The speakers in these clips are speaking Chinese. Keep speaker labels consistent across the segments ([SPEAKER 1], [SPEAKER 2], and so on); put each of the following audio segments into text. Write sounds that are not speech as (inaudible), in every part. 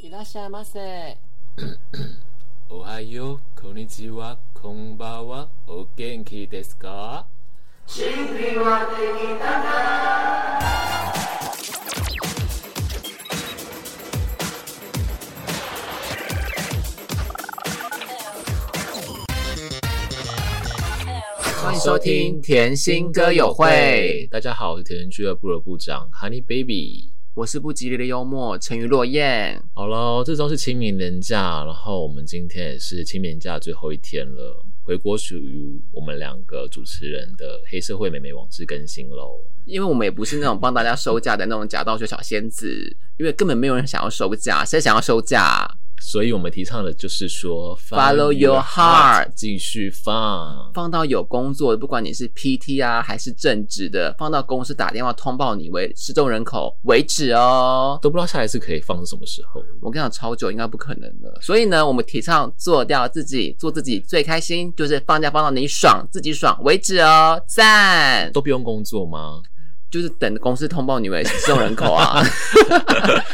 [SPEAKER 1] いらっしゃいませ。
[SPEAKER 2] おはよう、こんにちは、こんばんは、お元気ですか
[SPEAKER 1] 欢迎
[SPEAKER 2] 收
[SPEAKER 1] 收
[SPEAKER 2] 听
[SPEAKER 1] 听
[SPEAKER 2] 甜心歌友会
[SPEAKER 1] 会。
[SPEAKER 2] 大家好，我是甜心俱乐部的部长 Honey Baby。
[SPEAKER 1] 我是不吉利的幽默，沉鱼落雁。
[SPEAKER 2] 好喽，这周是清明年假，然后我们今天也是清明假最后一天了，回国属于我们两个主持人的黑社会美眉往事更新喽。
[SPEAKER 1] 因为我们也不是那种帮大家收假的那种假道学小仙子，因为根本没有人想要收假，谁想要收假？
[SPEAKER 2] 所以我们提倡的就是说
[SPEAKER 1] Follow your heart
[SPEAKER 2] 继续放。
[SPEAKER 1] 放到有工作的，不管你是 PT 啊还是正职的，放到公司打电话通报你为失踪人口为止哦。
[SPEAKER 2] 都不知道下一次可以放是什么时候。
[SPEAKER 1] 我跟你讲，超久应该不可能了。所以呢，我们提倡做掉自己，做自己最开心，就是放假放到你爽，自己爽为止哦。赞，
[SPEAKER 2] 都不用工
[SPEAKER 1] (laughs)
[SPEAKER 2] 作吗？
[SPEAKER 1] 就是等公司通报你为 (laughs) 失踪人口啊。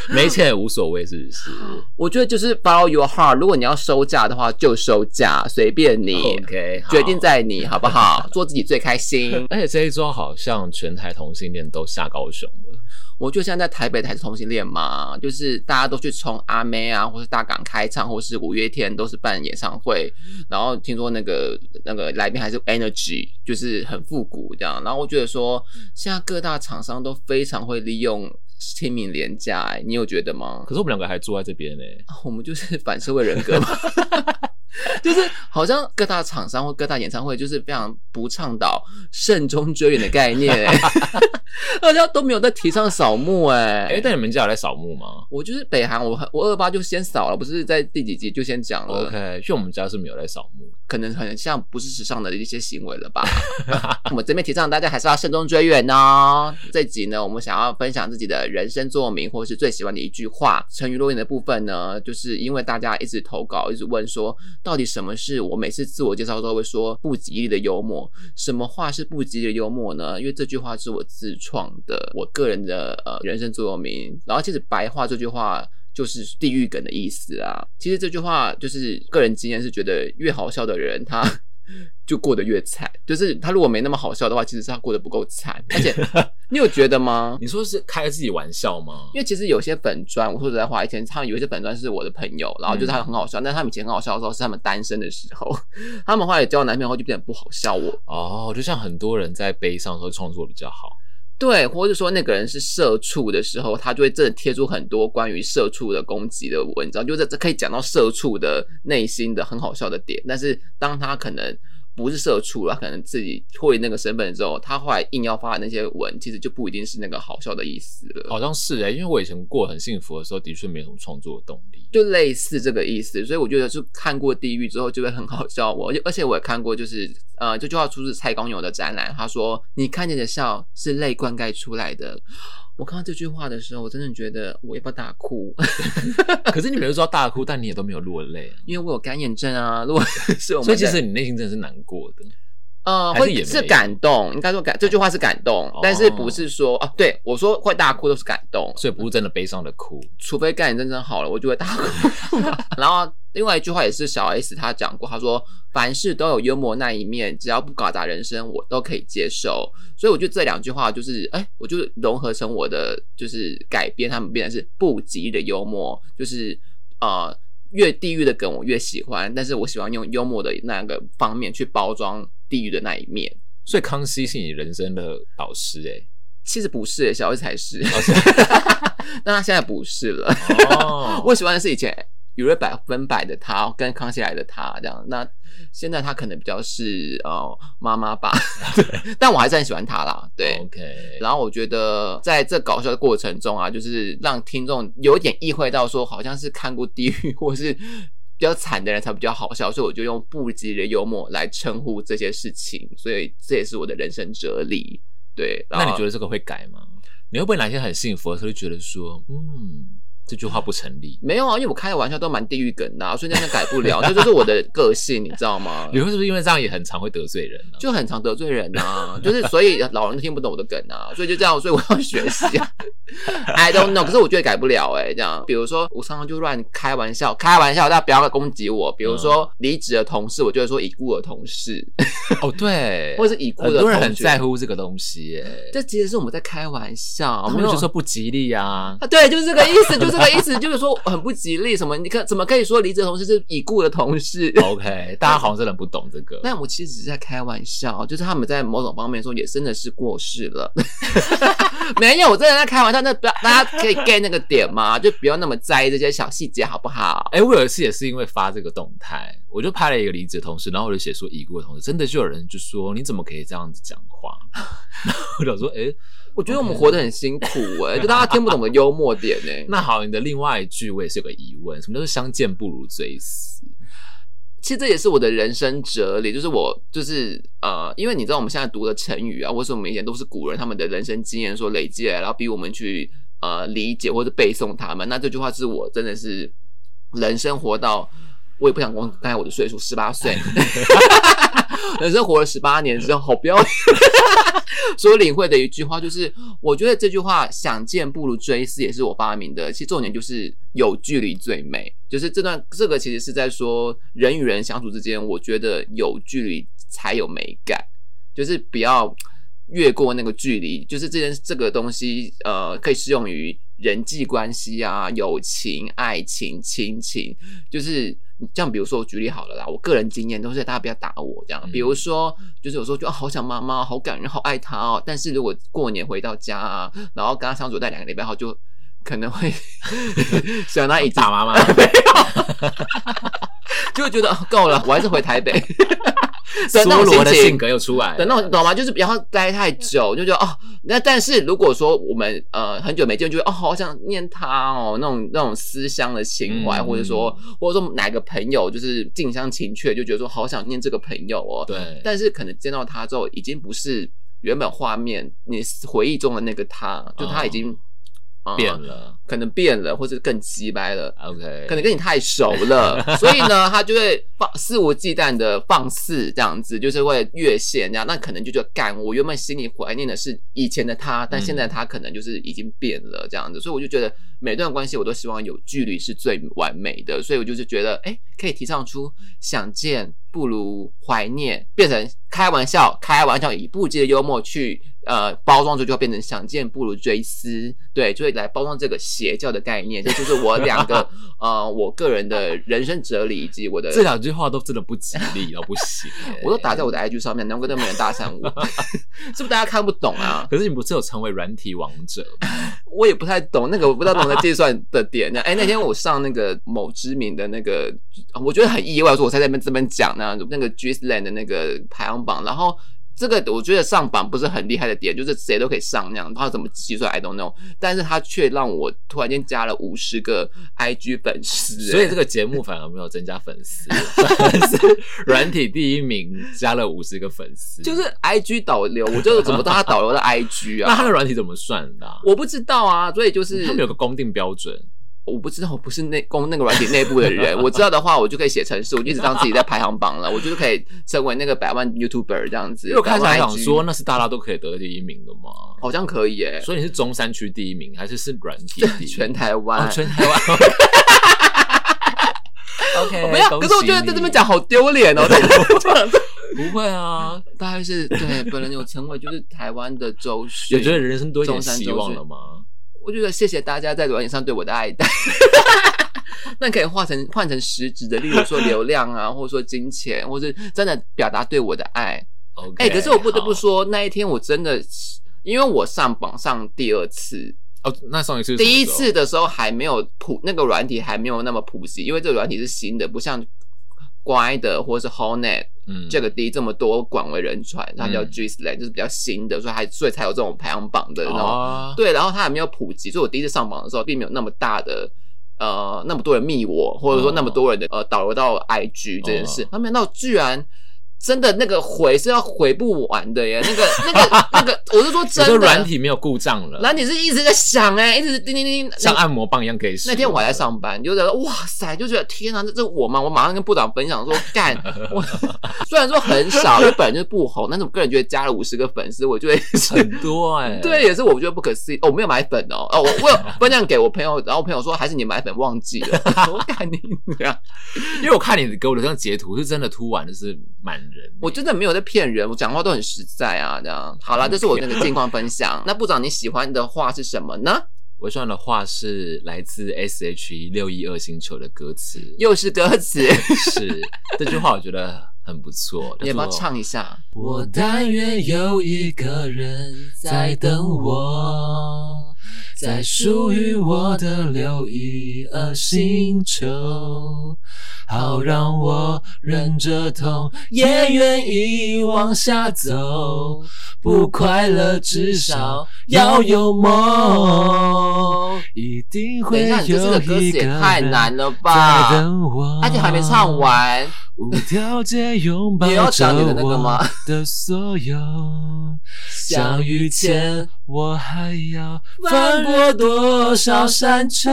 [SPEAKER 2] 没钱也无所谓，
[SPEAKER 1] (laughs)
[SPEAKER 2] 是不是
[SPEAKER 1] 我觉得就是 follow your heart，如果你要收假的话，就收假，随便你。
[SPEAKER 2] ？OK，好
[SPEAKER 1] 决定。在你好不好？做自己最开
[SPEAKER 2] (laughs)
[SPEAKER 1] 心。
[SPEAKER 2] 而且这一周好像全台同性恋都下高雄了，
[SPEAKER 1] 我就现在在台北才是同性恋嘛，就是大家都去冲阿妹啊，或是大港开唱，或是五月天都是办演唱会，然后听说那个那个来宾还是 Energy，就是很复古这样。然后我觉得说，现在各大厂商都非常会利用清明廉价、欸，你有觉得吗？
[SPEAKER 2] 可是我们两个还坐在这边呢、
[SPEAKER 1] 啊我们就是反社会人格嘛。 (laughs) 就是好像各大厂商或各大演唱会就是非常不倡导慎终追远的概念、欸， (laughs) 大家都没有在提倡扫墓、欸，
[SPEAKER 2] 哎、但你们家有在扫墓吗
[SPEAKER 1] 我就是北韩，我我二八就先扫了，不是在第几集就先讲了
[SPEAKER 2] ？OK，因为我们家是没有在扫墓。
[SPEAKER 1] 可能很像不是时尚的一些行为了吧？我们这边提倡大家还是要慎终追远哦。这集呢，我们想要分享自己的人生座右铭，或是最喜欢的一句话。成语落雁的部分呢，就是因为大家一直投稿，一直问说，到底什么是我每次自我介绍都会说不吉利的幽默？什么话是不吉利的幽默呢？因为这句话是我自创的，我个人的呃人生座右铭。然后其实白话这句话。就是地狱梗的意思啊。其实这句话就是个人经验是觉得越好笑的人他。 (laughs) 就过得越惨，就是他如果没那么好笑的话，其实是他过得不够惨。而且你有觉得吗？
[SPEAKER 2] 你说是开自己玩笑吗？
[SPEAKER 1] 因为其实有些粉砖，我说实在话，以前他们有一些粉砖是我的朋友，然后就是他很好笑，但他们以前很好笑的时候是他们单身的时候， (laughs) 他们后来交男朋友后就变得不好笑我。
[SPEAKER 2] 哦，就像很多人在悲伤的时候创作比较好。
[SPEAKER 1] 对，或者说那个人是社畜的时候，他就会真的贴出很多关于社畜的攻击的文章，就是这可以讲到社畜的内心的很好笑的点。但是当他可能不是社畜了，可能自己会那个身份之后，他后来硬要发的那些文，其实就不一定是那个好笑的意思了。
[SPEAKER 2] 好像是哎、因为我以前过得很幸福的时候，的确没有什么创作的动力。
[SPEAKER 1] 就类似这个意思，所以我觉得就看过《地狱》之后就会很好笑我，而且而且我也看过，就是呃，这句话出自蔡康永的展览，他说：“你看见的笑是泪灌溉出来的。”我看到这句话的时候，我真的觉得我要不要大哭， (laughs) 啊
[SPEAKER 2] 可是你每次都要大哭，但你也都没有落泪啊。
[SPEAKER 1] 因为我有干眼症啊。
[SPEAKER 2] (laughs)
[SPEAKER 1] 如果是我们的，
[SPEAKER 2] 所以其实你内心真的是难过的。
[SPEAKER 1] 呃，
[SPEAKER 2] 还是
[SPEAKER 1] 会
[SPEAKER 2] 也没
[SPEAKER 1] 是感动，应该说感这句话是感动，
[SPEAKER 2] 哦
[SPEAKER 1] 但是不是说啊？对我说会大哭都是感动，
[SPEAKER 2] 所以不是真的悲伤的哭。
[SPEAKER 1] 除非干眼症真的好了，我就会大哭。 (laughs) 然后另外一句话也是小 S 她讲过，她说凡事都有幽默那一面，只要不搞砸人生，我都可以接受。所以我觉得这两句话就是，哎，我就融合成我的就是改编，他们变成是不吉利的幽默，就是呃。越地狱的梗我越喜欢，但是我喜欢用幽默的那个方面去包装地狱的那一面。
[SPEAKER 2] 所以康熙是你人生的导师
[SPEAKER 1] (laughs)
[SPEAKER 2] 哎、
[SPEAKER 1] 其实不是耶，小 S 才是， (laughs) 但他现在不是了。
[SPEAKER 2] 哦
[SPEAKER 1] 我喜欢的是以前娱乐百分百的他跟康熙来的他这样。那现在他可能比较是呃妈妈
[SPEAKER 2] (laughs)
[SPEAKER 1] 吧，对，但我还是很喜欢他啦，对。
[SPEAKER 2] 哦 OK，
[SPEAKER 1] 然后我觉得在这搞笑的过程中啊，就是让听众有点意会到说，好像是看过地狱或是比较惨的人才比较好笑，所以我就用不吉利的幽默来称呼这些事情，所以这也是我的人生哲理。对，然
[SPEAKER 2] 那
[SPEAKER 1] 后
[SPEAKER 2] 你觉得这个会改吗？你会不会哪一天很幸福的时候就觉得说，嗯，这句话不成立。
[SPEAKER 1] 没有啊，因为我开的玩笑都蛮地狱梗的、啊，所以真的改不了，这 (laughs) 就是我的个性，你知道
[SPEAKER 2] (laughs)
[SPEAKER 1] 吗？
[SPEAKER 2] 你会是不是因为这样也很常会得罪人呢、
[SPEAKER 1] 就很常得罪人啊，就是所以老人都听不懂我的梗啊，所以就这样，所以我要学习啊。I don't know，可是我觉得改不了哎、这样，比如说我常常就乱开玩笑，开玩笑，大家不要攻击我。
[SPEAKER 2] 嗯
[SPEAKER 1] 比如说离职的同事，我就会说已故的同事，
[SPEAKER 2] (laughs) 哦，对，
[SPEAKER 1] 或者是已故
[SPEAKER 2] 很
[SPEAKER 1] 的
[SPEAKER 2] 多
[SPEAKER 1] 同学。
[SPEAKER 2] 人很在乎这个东西耶，哦
[SPEAKER 1] 这其实是我们在开玩笑，
[SPEAKER 2] 他
[SPEAKER 1] 没
[SPEAKER 2] 们
[SPEAKER 1] 有
[SPEAKER 2] 就说不吉利啊。
[SPEAKER 1] 啊，对，就是这个意思，就是这个意思，就是说很不吉利，什么你可怎么可以说离职的同事是已故的同事？
[SPEAKER 2] OK，大家好像真的不懂这个。
[SPEAKER 1] 但我其实只是在开玩笑，就是他们在某种方面说也真的是过世了， (laughs) 没有，我真的在开玩笑。那不要大家可以 get 那个点嘛，就不要那么在意这些小细节，好不好？
[SPEAKER 2] 哎、我有一次也是因为发这个动态，我就拍了一个离职的同事，然后我就写说已故的同事，真的就有人就说你怎么可以这样子讲话？ (laughs) 然后我想说，哎、
[SPEAKER 1] 我觉得我们活得很辛苦哎、就大家听不懂我们的幽默点哎、
[SPEAKER 2] 那好，你的另外一句我也是有个疑问，什么叫做相见不如追思？
[SPEAKER 1] 其实这也是我的人生哲理，就是我就是呃，因为你知道我们现在读的成语啊，或是我们以前都是古人他们的人生经验所累积的，然后逼我们去呃理解或者背诵他们。那这句话是我真的是人生活到，我也不想光刚才我的岁数十八岁，人生活了十八年之后，不要 (laughs) 所领会的一句话就是，我觉得这句话“想见不如追思”也是我发明的。其实重点就是有距离最美，就是这段这个其实是在说人与人相处之间，我觉得有距离才有美感，就是不要越过那个距离。就是这件这个东西，呃，可以适用于人际关系啊、友情、爱情、亲情，就是这样，比如说我举例好了啦，我个人经验都是大家不要打我这样。
[SPEAKER 2] 嗯
[SPEAKER 1] 比如说，就是有时候就、啊、好想妈妈，好感人，好爱她哦。但是如果过年回到家啊，然后跟她相处在两个礼拜后，就可能会 (laughs) 想她一直
[SPEAKER 2] 打妈 (laughs) 妈，
[SPEAKER 1] 就会觉得哦够了，我还是回台
[SPEAKER 2] (laughs)
[SPEAKER 1] 北。
[SPEAKER 2] 苏
[SPEAKER 1] 那种
[SPEAKER 2] 罗的
[SPEAKER 1] 心情
[SPEAKER 2] 性格又出来了，
[SPEAKER 1] 等到你懂吗？就是不要待
[SPEAKER 2] 嗯
[SPEAKER 1] 太久，就觉得哦，那但是如果说我们呃很久没见，就会哦好想念他哦，那种那种思乡的情怀，
[SPEAKER 2] 嗯
[SPEAKER 1] 或者说或者说哪个朋友就是近乡情怯，就觉得说好想念这个朋友哦。
[SPEAKER 2] 对，
[SPEAKER 1] 但是可能见到他之后，已经不是原本画面你回忆中的那个他，就他已经、呃
[SPEAKER 2] 哦变，了。
[SPEAKER 1] 可能变了，或者更鸡掰了。
[SPEAKER 2] OK，
[SPEAKER 1] 可能跟你太熟了，所以呢，他就会放肆无忌惮的放肆这样子，就是会越线这样。那可能就觉得干，我原本心里怀念的是以前的他，但现在他可能就是已经变了这样子。所以我就觉得每段关系我都希望有距离是最完美的，所以我就是觉得，哎、可以提倡出想见不如怀念，变成开玩笑，开玩笑以不羁的幽默去。呃，包装出就会变成想见不如追思，对，就会来包装这个邪教的概念，这就是我两个呃，我个人的人生哲理以及我的，，
[SPEAKER 2] 这两句话都真的不吉利到不行 (laughs)
[SPEAKER 1] 我都打在我的 IG 上面，难怪都没有人搭讪我，是不是大家看不懂啊？
[SPEAKER 2] 可是你不是有成为软体王
[SPEAKER 1] (laughs)
[SPEAKER 2] 者吗？
[SPEAKER 1] 我也不太懂那个，我不太懂得计算的点。哎、那天我上那个某知名的那个，我觉得很意外，说我才在那边这边讲那样子那个 g i s l a n d 的那个排行榜，然后。这个我觉得上榜不是很厉害的点，就是谁都可以上那样，他怎么计算 I don't know，但是他却让我突然间加了五十个 IG 粉丝、哎
[SPEAKER 2] 所以这个节目反而没有增加粉丝， (laughs) 反而是软体第一名加了五十个粉丝，
[SPEAKER 1] 就是 I G 导流，我就怎么知道他导流的 I G
[SPEAKER 2] (laughs) 那他的
[SPEAKER 1] 啊？
[SPEAKER 2] 软体怎么算的啊、
[SPEAKER 1] 我不知道啊，所以就是
[SPEAKER 2] 他们有个公定标准，
[SPEAKER 1] 我不知道，我不是内公那个软体内部的人。我知道的话，我就可以写程式，我就一直让自己在排行榜了，我就是可以成为那个百万 YouTuber 这样子。
[SPEAKER 2] 因为我开始还
[SPEAKER 1] 百万
[SPEAKER 2] 想
[SPEAKER 1] IG
[SPEAKER 2] 说那是大家都可以得第一名的嘛，
[SPEAKER 1] 好像可以耶，
[SPEAKER 2] 所以你是中山区第一名还是是软体第一名？
[SPEAKER 1] 全台湾
[SPEAKER 2] 哦，。全
[SPEAKER 1] (laughs)
[SPEAKER 2] 台湾。OK， (laughs)
[SPEAKER 1] 哦没有，
[SPEAKER 2] 恭
[SPEAKER 1] 可是我觉得
[SPEAKER 2] 喜
[SPEAKER 1] 在这边
[SPEAKER 2] 你
[SPEAKER 1] 讲好丢脸
[SPEAKER 2] (laughs)
[SPEAKER 1] 哦。
[SPEAKER 2] 不会啊，
[SPEAKER 1] (laughs) 大概是对本人有成为就是台湾的周
[SPEAKER 2] 有
[SPEAKER 1] 迅，
[SPEAKER 2] 觉得人生多一点
[SPEAKER 1] 中山
[SPEAKER 2] 希
[SPEAKER 1] 周
[SPEAKER 2] 望
[SPEAKER 1] 迅
[SPEAKER 2] 了吗？
[SPEAKER 1] 我觉得谢谢大家在软件上对我的爱戴。那可以换成换成实质的，例如说流量啊，或者说金钱，或是真的表达对我的爱。
[SPEAKER 2] OK，
[SPEAKER 1] 哎、可是我不得不
[SPEAKER 2] 好
[SPEAKER 1] 说，那一天我真的，因为我上榜上第二次，
[SPEAKER 2] 哦，那上一次是什么
[SPEAKER 1] 第一
[SPEAKER 2] 时候
[SPEAKER 1] 次的时候还没有普那个软体还没有那么普及，因为这个软体是新的，不像乖的或是 Hornet
[SPEAKER 2] 嗯
[SPEAKER 1] 这个 D 这么多广为人传，它叫
[SPEAKER 2] 嗯
[SPEAKER 1] G Slang，、就是比较新的，所以还所以才有这种排行榜的那种
[SPEAKER 2] 哦，
[SPEAKER 1] 对，然后它还没有普及，所以我第一次上榜的时候，并没有那么大的呃那么多人密我，或者说那么多人的、呃导流到 IG 这件事
[SPEAKER 2] 哦，
[SPEAKER 1] 他没想到居然真的那个回是要回不完的耶，那个那
[SPEAKER 2] (laughs)
[SPEAKER 1] 个那个，我是说
[SPEAKER 2] 我
[SPEAKER 1] 真
[SPEAKER 2] 的
[SPEAKER 1] 的，
[SPEAKER 2] 软体没有故障了，
[SPEAKER 1] 软体是一直在响哎，一直叮叮叮。
[SPEAKER 2] 像
[SPEAKER 1] 那
[SPEAKER 2] 按摩棒一样可以使
[SPEAKER 1] 那
[SPEAKER 2] 用。
[SPEAKER 1] 天我还在上班，就觉得哇塞，就觉得天啊，这这我吗？我马上跟部长分享说，干我 (laughs) 虽然说很少，
[SPEAKER 2] (laughs)
[SPEAKER 1] 因为本来就不红，但是我个人觉得加了五十个粉丝，我就会 (laughs) 是
[SPEAKER 2] 很多哎、
[SPEAKER 1] (laughs) 对，也是我觉得不可思议。哦，我没有买粉哦，哦，我我
[SPEAKER 2] (laughs)
[SPEAKER 1] 有分享给我朋友，然后我朋友说还是你买粉忘记了，我看你娘
[SPEAKER 2] 因为我看你给我的那张截图是真的突然就是满人，
[SPEAKER 1] 我真的没有在骗人，我讲话都很实在啊，这样。好啦，这是我那个近况分享。 (laughs) 那部长你喜欢的话是什么呢？
[SPEAKER 2] 我喜欢的话是来自 S.H.E 六一二星球的歌词，
[SPEAKER 1] 又是歌
[SPEAKER 2] (laughs)
[SPEAKER 1] 词，
[SPEAKER 2] 是这句话我觉得很不错。
[SPEAKER 1] 你要不要
[SPEAKER 2] 叫做
[SPEAKER 1] 唱一下？
[SPEAKER 2] 我但愿有一个人在等我，在属于我的六一二星球，好让我忍着痛，也愿意往下走。不快乐，至少要有梦，一定
[SPEAKER 1] 等
[SPEAKER 2] 会
[SPEAKER 1] 一下，你
[SPEAKER 2] 有
[SPEAKER 1] 这次的歌词
[SPEAKER 2] 一个
[SPEAKER 1] 也太难
[SPEAKER 2] 人
[SPEAKER 1] 了
[SPEAKER 2] 在
[SPEAKER 1] 吧！
[SPEAKER 2] 等我，
[SPEAKER 1] 而且还没唱。完，
[SPEAKER 2] 无条件拥抱
[SPEAKER 1] 你要
[SPEAKER 2] 着
[SPEAKER 1] 讲你的那个吗
[SPEAKER 2] 我的所有。相遇前，我还要翻过多少山丘？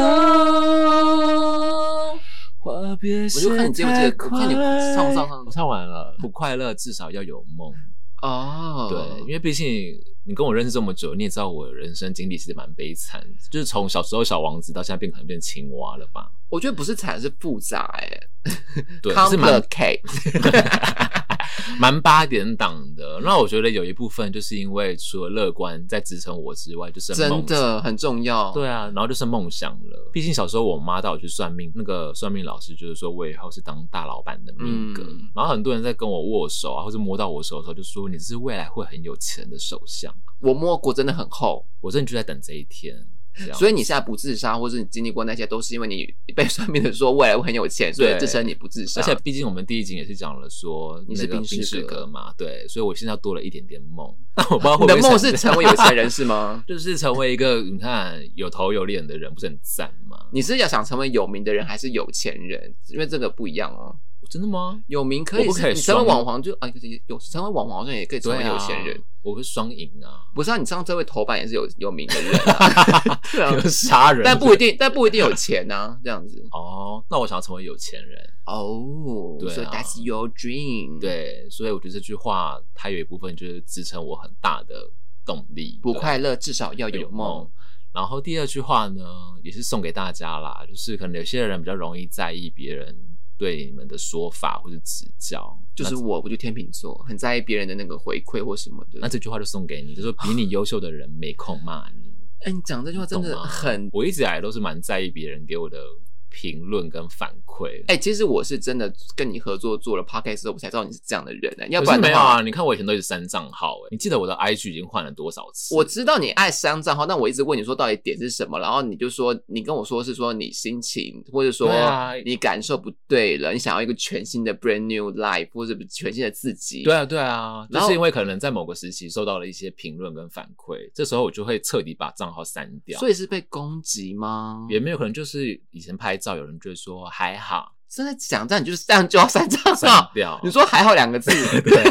[SPEAKER 2] 话别
[SPEAKER 1] 我就看你接不接
[SPEAKER 2] 太
[SPEAKER 1] 我
[SPEAKER 2] 快
[SPEAKER 1] 看你唱不唱唱
[SPEAKER 2] 我唱完了，不快乐至少要有梦。
[SPEAKER 1] 哦，
[SPEAKER 2] 对，因为毕竟你跟我认识这么久，你也知道我人生经历其实蛮悲惨，就是从小时候小王子到现在变可能变青蛙了吧？
[SPEAKER 1] 我觉得不是惨，是复杂哎、
[SPEAKER 2] 对，
[SPEAKER 1] c o
[SPEAKER 2] 是
[SPEAKER 1] m p l
[SPEAKER 2] 蛮
[SPEAKER 1] i c a (laughs) t e
[SPEAKER 2] (laughs) 蛮八点档的。那我觉得有一部分就是因为除了乐观在支撑我之外，就是梦
[SPEAKER 1] 真
[SPEAKER 2] 想。
[SPEAKER 1] 的很重要。
[SPEAKER 2] 对啊，然后就是梦想了。毕竟小时候我妈带我去算命，那个算命老师就是说我以后是当大老板的命格。
[SPEAKER 1] 嗯
[SPEAKER 2] 然后很多人在跟我握手啊，或者摸到我手的时候，就说你是未来会很有钱的首相。
[SPEAKER 1] 我摸过真的很厚，
[SPEAKER 2] 我真的就在等这一天。这样
[SPEAKER 1] 所以你现在不自杀，或是你经历过那些，都是因为你被算命的说未来会很有钱，所以
[SPEAKER 2] 对
[SPEAKER 1] 支撑你不自杀。
[SPEAKER 2] 而且毕竟我们第一集也是讲了说
[SPEAKER 1] 你是
[SPEAKER 2] 那个
[SPEAKER 1] 病逝
[SPEAKER 2] 病逝
[SPEAKER 1] 格
[SPEAKER 2] 格嘛，对，所以我现在多了一点点
[SPEAKER 1] (laughs)
[SPEAKER 2] 梦，但我不知道会
[SPEAKER 1] 你
[SPEAKER 2] 不会
[SPEAKER 1] 的梦是
[SPEAKER 2] 成
[SPEAKER 1] 成为有钱
[SPEAKER 2] (laughs)
[SPEAKER 1] 人是吗？
[SPEAKER 2] 就是成为一个你看有头有脸的人，不是很赞吗？
[SPEAKER 1] 你是要想成为有名的人，还是有钱人？因为这个不一样哦。
[SPEAKER 2] 真的吗？
[SPEAKER 1] 有名可以
[SPEAKER 2] 我不
[SPEAKER 1] 是
[SPEAKER 2] 可以
[SPEAKER 1] 你成为
[SPEAKER 2] 双
[SPEAKER 1] 网红就啊，有成为网红好像也可以成
[SPEAKER 2] 对
[SPEAKER 1] 为
[SPEAKER 2] 啊，
[SPEAKER 1] 有钱人。，
[SPEAKER 2] 我是双赢啊，
[SPEAKER 1] 不是啊，你上这位头版也是有有名的人、
[SPEAKER 2] (laughs)
[SPEAKER 1] 啊，对啊
[SPEAKER 2] 有，杀人，
[SPEAKER 1] 但不一定，但不一定有钱啊，这样子。
[SPEAKER 2] 哦。那我想要成为有钱人，
[SPEAKER 1] 哦、
[SPEAKER 2] 对啊
[SPEAKER 1] s o that's your dream。，
[SPEAKER 2] 对，所以我觉得这句话它有一部分就是支撑我很大的动力，
[SPEAKER 1] 不
[SPEAKER 2] 对
[SPEAKER 1] 快乐至少要有梦。。
[SPEAKER 2] 然后第二句话呢，也是送给大家啦，就是可能有些人比较容易在意别人对你们的说法或者指教，
[SPEAKER 1] 就是我，我就天秤座，很在意别人的那个回馈或什么的。
[SPEAKER 2] 那这句话就送给你，
[SPEAKER 1] (laughs)
[SPEAKER 2] 就说比你优秀的人没空骂你。
[SPEAKER 1] 哎、你讲这句话真
[SPEAKER 2] 懂
[SPEAKER 1] 的
[SPEAKER 2] 吗
[SPEAKER 1] 很……
[SPEAKER 2] 我一直以来都是蛮在意别人给我的评论跟反馈。
[SPEAKER 1] 哎、其实我是真的跟你合作做了 podcast 之后，我才知道你是这样的人呢、要
[SPEAKER 2] 可
[SPEAKER 1] 不
[SPEAKER 2] 是
[SPEAKER 1] 然
[SPEAKER 2] 没
[SPEAKER 1] 的
[SPEAKER 2] 有
[SPEAKER 1] 话，
[SPEAKER 2] 啊，你看我以前都一直删账号、哎，你记得我的 IG 已经换了多少次？
[SPEAKER 1] 我知道你爱删账号，但我一直问你说到底点是什么，然后你就说你跟我说是说你心情，或者说
[SPEAKER 2] 对啊
[SPEAKER 1] 你感受不对了，你想要一个全新的 brand new life，或者是全新的自己。
[SPEAKER 2] 对啊，对啊，就
[SPEAKER 1] 然后
[SPEAKER 2] 是因为可能在某个时期受到了一些评论跟反馈，这时候我就会彻底把账号删掉。
[SPEAKER 1] 所以是被攻击吗？
[SPEAKER 2] 也没有可能就是以前拍照，有人就会说还好
[SPEAKER 1] 真的讲这样，你就是这样就要删账
[SPEAKER 2] 删
[SPEAKER 1] 号。
[SPEAKER 2] 掉。
[SPEAKER 1] 你说还好两个字，
[SPEAKER 2] (laughs) 对，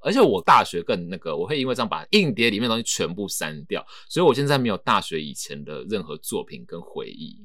[SPEAKER 2] 而且我大学更那个，我会因为这样把硬碟里面的东西全部删掉，所以我现在没有大学以前的任何作品跟回忆。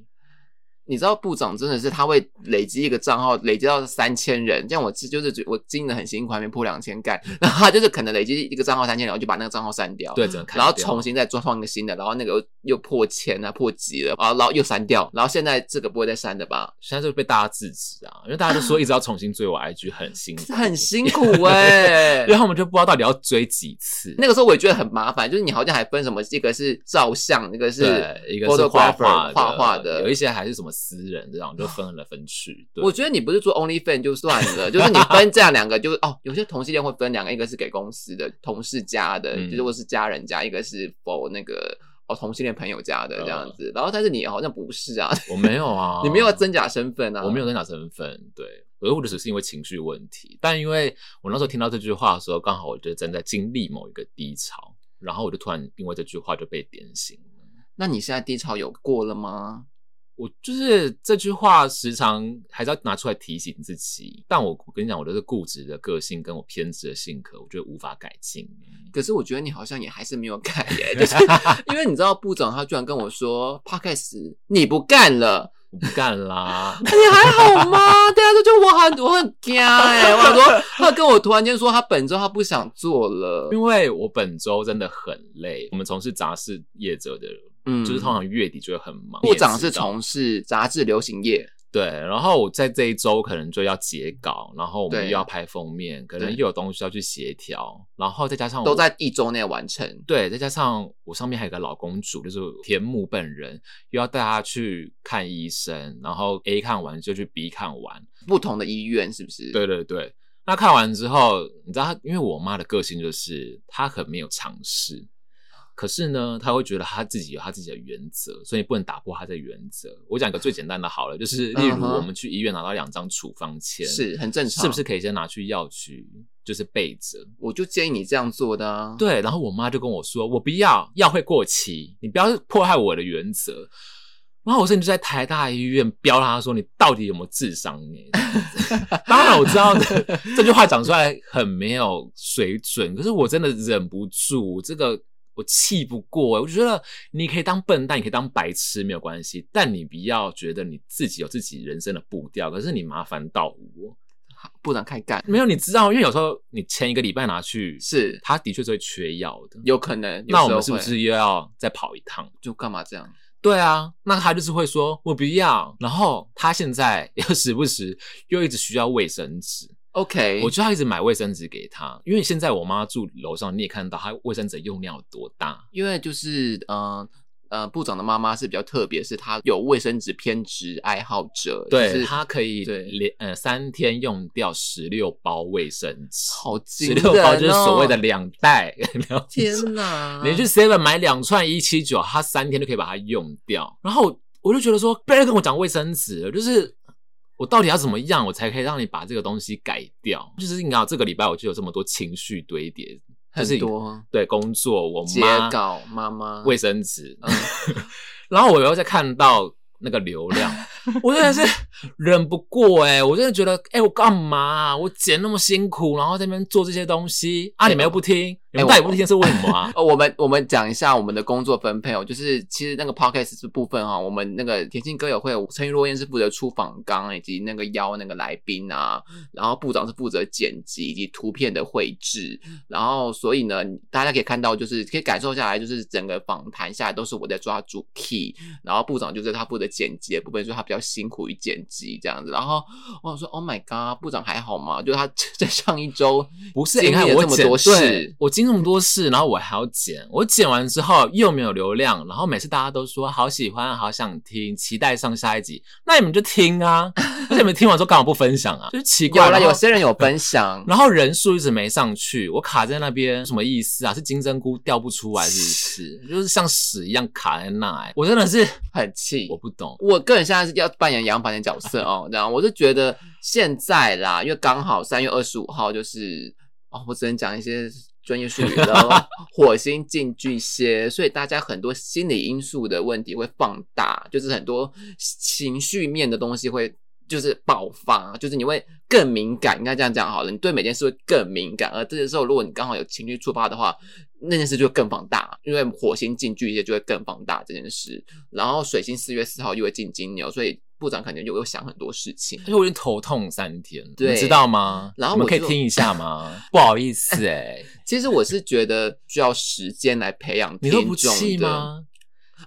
[SPEAKER 1] 你知道部长真的是他会累积一个账号，累积到三千人，这样我是就是觉我经营的很辛苦，还没破两千盖，然后他就是可能累积一个账号三千人，我就把那个账号删掉，
[SPEAKER 2] 嗯对，整个砍
[SPEAKER 1] 然后
[SPEAKER 2] 掉
[SPEAKER 1] 重新再装创一个新的，然后那个又又破千啊，破几了啊，然后又删掉，然后现在这个不会再删的
[SPEAKER 2] (laughs)
[SPEAKER 1] 吧？
[SPEAKER 2] 现在就被大家制止啊，因为大家就说一直要重新追我 IG 很辛苦，
[SPEAKER 1] (laughs) 很辛苦哎、
[SPEAKER 2] (laughs) 然后我们就不知道到底要追几次。
[SPEAKER 1] 那个时候我也觉得很麻烦，就是你好像还分什么，一个是照相，一个是
[SPEAKER 2] 对，一个是画
[SPEAKER 1] photographer，
[SPEAKER 2] 画的
[SPEAKER 1] 画画的
[SPEAKER 2] 有一些还是什么私人这样，就分了分去。对
[SPEAKER 1] 我觉得你不是做 OnlyFan 就算了， (laughs) 就是你分这样两个，就是哦，有些同性恋会分两个，一个是给公司的同事家的，
[SPEAKER 2] 嗯
[SPEAKER 1] 就是或是家人家，一个是否那个哦同性恋朋友家
[SPEAKER 2] 嗯
[SPEAKER 1] 的这样子。然后但是你好像不是啊，，
[SPEAKER 2] 我没有啊
[SPEAKER 1] (laughs) 你没有真假身份啊，
[SPEAKER 2] 我没有真假身份，对，我我只是因为情绪问题。但因为我那时候听到这句话的时候，刚好我就正在经历某一个低潮，然后我就突然因为这句话就被点醒了。
[SPEAKER 1] 那你现在低潮有过了吗？
[SPEAKER 2] 我就是这句话时常还是要拿出来提醒自己。但我我跟你讲，我的这固执的个性跟我偏执的性格，我觉得无法改进。
[SPEAKER 1] 可是我觉得你好像也还是没有改
[SPEAKER 2] (laughs)
[SPEAKER 1] 耶，就是因为你知道布总他居然跟我说 podcast 你不干了，，
[SPEAKER 2] 我不干啦 (laughs)
[SPEAKER 1] 你还好吗？对啊，就就我很我很惊哎，我想说他跟我突然间说他本周他不想做了，
[SPEAKER 2] 因为我本周真的很累。我们从事杂事业者的人，
[SPEAKER 1] 嗯
[SPEAKER 2] 就是通常月底就会很忙。
[SPEAKER 1] 部长是
[SPEAKER 2] 你也知道
[SPEAKER 1] 从事杂志流行业，
[SPEAKER 2] 对，然后我在这一周可能就要截稿，然后我们
[SPEAKER 1] 对
[SPEAKER 2] 又要拍封面，可能
[SPEAKER 1] 对
[SPEAKER 2] 又有东西要去协调，然后再加上我
[SPEAKER 1] 都在一周内完成。
[SPEAKER 2] 对，再加上我上面还有个老公主，就是田木本人，又要带她去看医生，然后 A 看完就去 B 看完，
[SPEAKER 1] 不同的医院是不是？
[SPEAKER 2] 对对对。那看完之后，你知道她，因为我妈的个性就是她很没有尝试，
[SPEAKER 1] 啊
[SPEAKER 2] 可是呢，她会觉得她自己有她自己的原则，所以不能打破她的原则。我讲一个最简单的好了，就是例
[SPEAKER 1] 嗯
[SPEAKER 2] 如
[SPEAKER 1] 哼
[SPEAKER 2] 我们去医院拿到两张处方签，
[SPEAKER 1] 是很正常，
[SPEAKER 2] 是不是？可以先拿去药局就是备着？
[SPEAKER 1] 我就建议你这样做的啊。，
[SPEAKER 2] 对，然后我妈就跟我说：“我不要，药会过期，你不要破坏我的原则。”然后我甚至在台大医院飙她说：“你到底有没有智商你？” (laughs) 当然我知道这这句话讲出来很没有水准，可是我真的忍不住，这个我气不过、欸我就觉得你可以当笨蛋，你可以当白痴没有关系，但你不要觉得你自己有自己人生的步调，可是你麻烦到我。
[SPEAKER 1] 部长开干
[SPEAKER 2] 没有，你知道，因为有时候你前一个礼拜拿去，
[SPEAKER 1] 是
[SPEAKER 2] 他的确是会缺药的。
[SPEAKER 1] 有可能。有时
[SPEAKER 2] 那
[SPEAKER 1] 候
[SPEAKER 2] 我们是不
[SPEAKER 1] 会
[SPEAKER 2] 是又要再跑一趟？
[SPEAKER 1] 就干嘛这样？
[SPEAKER 2] 对啊，那他就是会说我不要，然后他现在又时不时又一直需要卫生纸，
[SPEAKER 1] OK，
[SPEAKER 2] 我就要一直买卫生纸给他，因为现在我妈住楼上，你也看到她卫生纸用量有多大。
[SPEAKER 1] 因为就是嗯。呃，部长的妈妈是比较特别，是她有卫生纸偏执爱好者，就
[SPEAKER 2] 对，
[SPEAKER 1] 是
[SPEAKER 2] 她可以
[SPEAKER 1] 对
[SPEAKER 2] 连呃三天用掉十六包卫生纸，
[SPEAKER 1] 好
[SPEAKER 2] 十
[SPEAKER 1] 惊人
[SPEAKER 2] 六包就是所谓的
[SPEAKER 1] 哦
[SPEAKER 2] 两袋。 (laughs) 然后
[SPEAKER 1] 天
[SPEAKER 2] (laughs)
[SPEAKER 1] 哪，
[SPEAKER 2] 你去 Seven 买两串一七九，他三天就可以把它用掉。然后我就觉得说，不要再跟我讲卫生纸了，就是我到底要怎么样，我才可以让你把这个东西改掉？就是你知道，这个礼拜我就有这么多情绪堆叠，就是
[SPEAKER 1] 很多
[SPEAKER 2] 对工作，我
[SPEAKER 1] 截
[SPEAKER 2] 妈
[SPEAKER 1] 稿妈妈
[SPEAKER 2] 卫生纸，
[SPEAKER 1] 嗯
[SPEAKER 2] (laughs) 然后我又在看到。那个流量，我真的是忍不过哎、我真的觉得哎、我干嘛啊、我剪那么辛苦，然后在那边做这些东西啊，你们又不听，你
[SPEAKER 1] 哎
[SPEAKER 2] 们
[SPEAKER 1] 我
[SPEAKER 2] 到底不听是为什么啊？
[SPEAKER 1] 呃，我们我们讲一下我们的工作分配哦，就是其实那个 podcast 这部分哈、我们那个甜心歌友会，陈玉若燕是负责出访纲以及那个邀那个来宾啊，然后部长是负责剪辑以及图片的绘制，然后所以呢，大家可以看到就是可以感受下来，就是整个访谈下来都是我在抓主 key，然后部长就是他负责剪辑的部分，所以他比较辛苦于剪辑这样子，然后我想说 Oh my god，部长还好吗？就是他 (laughs) 在上一周
[SPEAKER 2] 不是，
[SPEAKER 1] 经
[SPEAKER 2] 你
[SPEAKER 1] 历
[SPEAKER 2] 看
[SPEAKER 1] 了
[SPEAKER 2] 我
[SPEAKER 1] 这么
[SPEAKER 2] 剪
[SPEAKER 1] 多
[SPEAKER 2] 对
[SPEAKER 1] 事
[SPEAKER 2] 我经历那么多事，然后我还要剪，我剪完之后又没有流量，然后每次大家都说好喜欢，好想听，期待上下一集，那你们就听啊，而且你们听完之后干嘛不分享啊？就是奇
[SPEAKER 1] 有
[SPEAKER 2] 怪
[SPEAKER 1] 了
[SPEAKER 2] 然后
[SPEAKER 1] 有些人有分享。
[SPEAKER 2] 然后人数一直没上去，我卡在那边，什么意思啊？是金针菇掉不出来是
[SPEAKER 1] (laughs)
[SPEAKER 2] 不是？就是像屎一样卡在那、欸我真的是
[SPEAKER 1] 很气
[SPEAKER 2] 我。不懂，
[SPEAKER 1] 我个人现在是要扮演杨凡的角色哦，然后我是觉得现在啦，因为刚好三月二十五号就是哦，我只能讲一些专业术语
[SPEAKER 2] (laughs)
[SPEAKER 1] 了，哦火星进巨蟹，所以大家很多心理因素的问题会放大，就是很多情绪面的东西会。就是爆发，就是你会更敏感，应该这样讲好了。你对每件事会更敏感，而这个时候，如果你刚好有情绪触发的话，那件事就会更放大，因为火星进巨蟹就会更放大这件事。然后水星四月四号又会进金牛，所以部长可能就又想很多事情
[SPEAKER 2] 而。且我已经头痛三天，你
[SPEAKER 1] 对
[SPEAKER 2] 们知道吗？
[SPEAKER 1] 然后
[SPEAKER 2] 你们
[SPEAKER 1] 我
[SPEAKER 2] 可以
[SPEAKER 1] 就
[SPEAKER 2] 听一下吗？不好意思哎、
[SPEAKER 1] (laughs) 其实我是觉得需要时间来培养
[SPEAKER 2] 你
[SPEAKER 1] 听
[SPEAKER 2] 都
[SPEAKER 1] 众
[SPEAKER 2] 不气
[SPEAKER 1] 的。
[SPEAKER 2] 吗？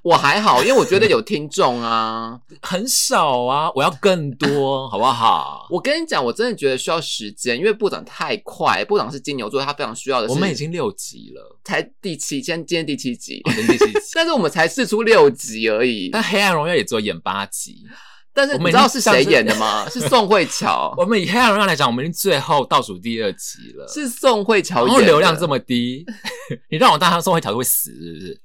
[SPEAKER 1] 我还好，因为我觉得有听众啊。
[SPEAKER 2] 很少啊，我要更多，好
[SPEAKER 1] (laughs)
[SPEAKER 2] 不好？
[SPEAKER 1] 我跟你讲，我真的觉得需要时间，因为部长太快。部长是金牛座，他非常需要的是。
[SPEAKER 2] 我们已经六集
[SPEAKER 1] (laughs)
[SPEAKER 2] 了，
[SPEAKER 1] 才第七，今天今天第七集，
[SPEAKER 2] 我们第七集，
[SPEAKER 1] 但是我们才试出六集而已。
[SPEAKER 2] 但《黑暗荣耀》也只有演八集。
[SPEAKER 1] 但是
[SPEAKER 2] 我
[SPEAKER 1] 你
[SPEAKER 2] 们
[SPEAKER 1] 知道是谁演的吗？是宋慧乔，
[SPEAKER 2] (laughs) 我们以《黑暗荣耀》来讲，我们已经最后倒数第二集了，
[SPEAKER 1] 是啊宋慧乔
[SPEAKER 2] 然
[SPEAKER 1] 演
[SPEAKER 2] 后
[SPEAKER 1] 的。
[SPEAKER 2] 流量这么低， (laughs) 你让我当他宋慧乔会死是不是？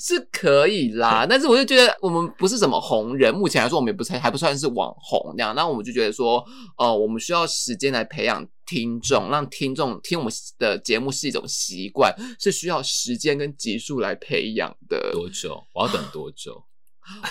[SPEAKER 1] 是可以啦，但是我就觉得我们不是什么红人，目前来说我们也不是还不算是网红那样，那我们就觉得说，呃，我们需要时间来培养听众，让听众听我们的节目是一种习惯，是需要时间跟集数来培养的。
[SPEAKER 2] 多久？我要等多久？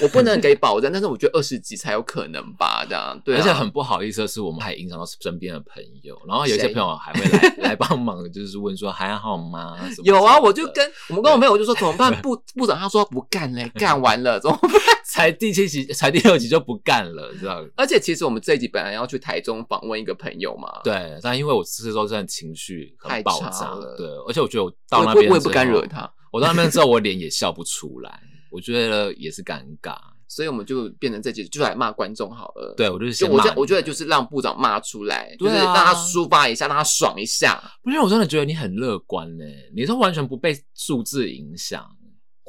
[SPEAKER 1] 我不能给保证，但是我觉得二十集才有可能吧，这样对啊、
[SPEAKER 2] 而且很不好意思的是，我们还影响到身边的朋友，然后有一些
[SPEAKER 1] 谁
[SPEAKER 2] 朋友还会来 (laughs) 来帮忙，就是问说还好吗？什么之类的
[SPEAKER 1] 有啊，我就跟我们跟我朋友就说怎么办？部部长他说不干嘞，干完了怎么办？ (laughs)
[SPEAKER 2] 才第七集，才第六集就不干了，这样。
[SPEAKER 1] 而且其实我们这一集本来要去台中访问一个朋友嘛，
[SPEAKER 2] 对，但因为我这周真的情绪很
[SPEAKER 1] 太
[SPEAKER 2] 爆
[SPEAKER 1] 差
[SPEAKER 2] 炸，
[SPEAKER 1] 了
[SPEAKER 2] 对，而且我觉得我
[SPEAKER 1] 我
[SPEAKER 2] 到
[SPEAKER 1] 也
[SPEAKER 2] 那
[SPEAKER 1] 不
[SPEAKER 2] 边
[SPEAKER 1] 我也不
[SPEAKER 2] 之
[SPEAKER 1] 敢惹
[SPEAKER 2] 后，
[SPEAKER 1] 他，
[SPEAKER 2] 我到那边之后我脸也笑不出来，我觉得也是尴尬。
[SPEAKER 1] 所以我们就变成这集就来骂观众好了。。
[SPEAKER 2] 对，我就是
[SPEAKER 1] 就
[SPEAKER 2] 先
[SPEAKER 1] 我
[SPEAKER 2] 骂
[SPEAKER 1] 觉得，
[SPEAKER 2] 你
[SPEAKER 1] 我觉得就是让部长骂出来，就
[SPEAKER 2] 对啊
[SPEAKER 1] 是让他抒发一下，让他爽一下。
[SPEAKER 2] 不是，我真的觉得你很乐观呢，你都完全不被数字影响。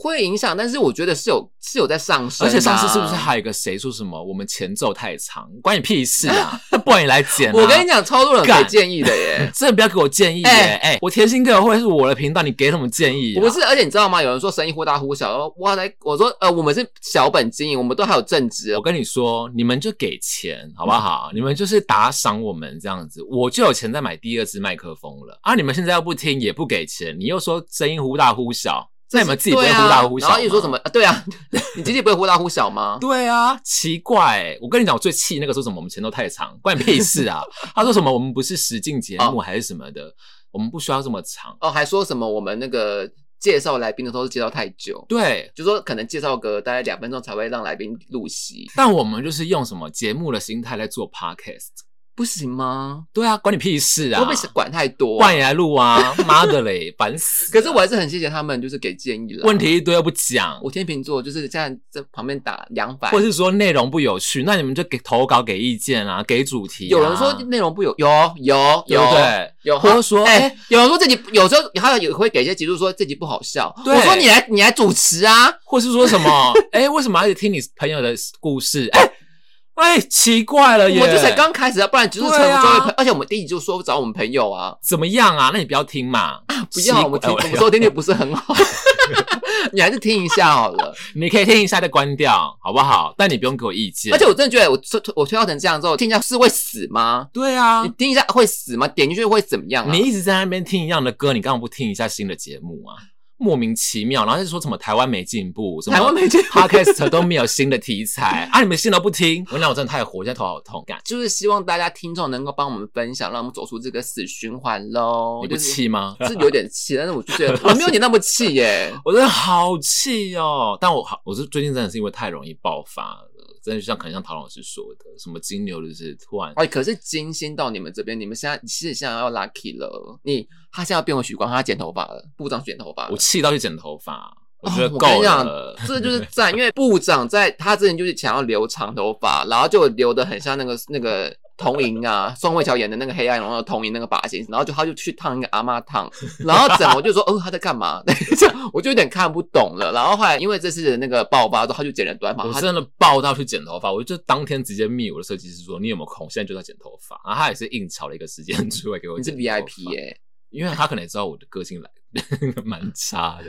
[SPEAKER 1] 会影响，但是我觉得是有是有在上升、啊
[SPEAKER 2] 而且上次是不是？还有一个谁说什么我们前奏太长，关你屁事
[SPEAKER 1] (laughs)
[SPEAKER 2] 啊？那不然你来剪、啊。
[SPEAKER 1] 我跟你讲，超多人给
[SPEAKER 2] 干。
[SPEAKER 1] 建议的耶
[SPEAKER 2] (laughs) 真的不要给我建议耶！哎、
[SPEAKER 1] 哎
[SPEAKER 2] 我甜心哥或者是我的频道，你给什么建议、啊？
[SPEAKER 1] 不是，而且你知道吗？有人说生意忽大忽小，我来我说呃，我们是小本经营，我们都还有正职哦
[SPEAKER 2] 我，跟你说，你们就给钱
[SPEAKER 1] 嗯
[SPEAKER 2] 好不好？你们就是打赏我们这样子，我就有钱再买第二支麦克风了啊！你们现在又不听，也不给钱，你又说声音忽大忽小，那你们自己不会忽大忽小、
[SPEAKER 1] 对啊然后又说什么？？啊对啊， (laughs) 你经济不会忽大忽小吗？
[SPEAKER 2] 对啊，奇怪、我跟你讲，我最气那个说什么，我们前头太长，关你屁事啊！ (laughs) 他说什么，我们不是实境节目还是什么的，我们不需要这么长。
[SPEAKER 1] 哦，还说什么我们那个介绍来宾的时候介绍太久，
[SPEAKER 2] 对，
[SPEAKER 1] 就说可能介绍个大概两分钟才会让来宾入席，
[SPEAKER 2] 但我们就是用什么节目的心态来做 podcast。
[SPEAKER 1] 不行吗？
[SPEAKER 2] 对啊，关你屁事啊！
[SPEAKER 1] 会不会管太多、
[SPEAKER 2] 不然也来录啊！妈的嘞，烦死！
[SPEAKER 1] 可是我还是很谢谢他们，就是给建议了。
[SPEAKER 2] 问题一堆又不讲，
[SPEAKER 1] 我天秤座就是现在在旁边打两百，
[SPEAKER 2] 或是说内容不有趣，那你们就给投稿、给意见啊，给主题、
[SPEAKER 1] 有人说内容不有有有
[SPEAKER 2] 对
[SPEAKER 1] 有
[SPEAKER 2] 不对？
[SPEAKER 1] 有，
[SPEAKER 2] 或者说
[SPEAKER 1] 哎、
[SPEAKER 2] 哎
[SPEAKER 1] 有人说这集有时候还有也会给一些集数说这集不好笑，
[SPEAKER 2] 对
[SPEAKER 1] 我说你来你来主持啊，
[SPEAKER 2] 或是说
[SPEAKER 1] (laughs)
[SPEAKER 2] 什么？哎，为什么还得听你朋友的故事？哎哎，奇怪了耶！
[SPEAKER 1] 我就才刚开始啊，不然集数成
[SPEAKER 2] 对啊
[SPEAKER 1] 就会喷，而且我们第一集就说找我们朋友啊，
[SPEAKER 2] 怎么样啊？那你不要听嘛，
[SPEAKER 1] 不要
[SPEAKER 2] 奇
[SPEAKER 1] 我们听，我
[SPEAKER 2] 哎
[SPEAKER 1] 们收听率不是很好，你还是听一下好了。
[SPEAKER 2] (laughs) 你可以听一下再关掉，好不好？但你不用给我意见。
[SPEAKER 1] 而且我真的觉得我推我推到成这样之后，听一下是会死吗？
[SPEAKER 2] 对啊
[SPEAKER 1] 你，听一下会死吗？点进去会怎么样啊？
[SPEAKER 2] 你一直在那边听一样的歌，你干嘛不听一下新的节目啊？莫名其妙，然后就说什么台湾没进步，什么
[SPEAKER 1] 台湾没进步
[SPEAKER 2] podcast 都没有新的题材
[SPEAKER 1] (laughs)
[SPEAKER 2] 啊！你们新的不听，我跟你讲，我真的太火，我现在头好痛，干
[SPEAKER 1] 就是希望大家听众能够帮我们分享，让我们走出这个死循环喽。
[SPEAKER 2] 你不
[SPEAKER 1] 就是
[SPEAKER 2] 气吗？
[SPEAKER 1] 是有点气，但是我就
[SPEAKER 2] (laughs)
[SPEAKER 1] 觉得我没有你那么气耶。
[SPEAKER 2] 我真的好气哦！但我好，我是最近真的是因为太容易爆发了，真的就像可能像陶老师说的，什么金牛就是突然
[SPEAKER 1] 哎，可是金星到你们这边，你们现在其实现在要 lucky 了。你他现在要变回许光汉，他剪头发了，部长剪头发了
[SPEAKER 2] 我。气到去剪头发，我觉得
[SPEAKER 1] 哦我跟
[SPEAKER 2] 够
[SPEAKER 1] 你讲
[SPEAKER 2] 了。
[SPEAKER 1] 这
[SPEAKER 2] (laughs)
[SPEAKER 1] 就是赞，因为部长在他之前就是想要留长头发，然后就留的很像那个那个童莹啊，宋慧乔演的那个黑暗荣耀的童莹那个发型，然后就他就去烫一个阿妈烫，然后整我就说，哦他在干嘛？ (laughs) 这样我就有点看不懂了。然后后来因为这次的那个爆发之后，他就剪了短发，
[SPEAKER 2] 我
[SPEAKER 1] 他
[SPEAKER 2] 真的爆到去剪头发，我就当天直接密我的设计师说你有没有空，现在就在剪头发。然后他也是硬吵了一个时间出来给我
[SPEAKER 1] 你是
[SPEAKER 2] 剪头发
[SPEAKER 1] VIP 耶、
[SPEAKER 2] 因为他可能也知道我的个性来 (laughs) 蛮差的，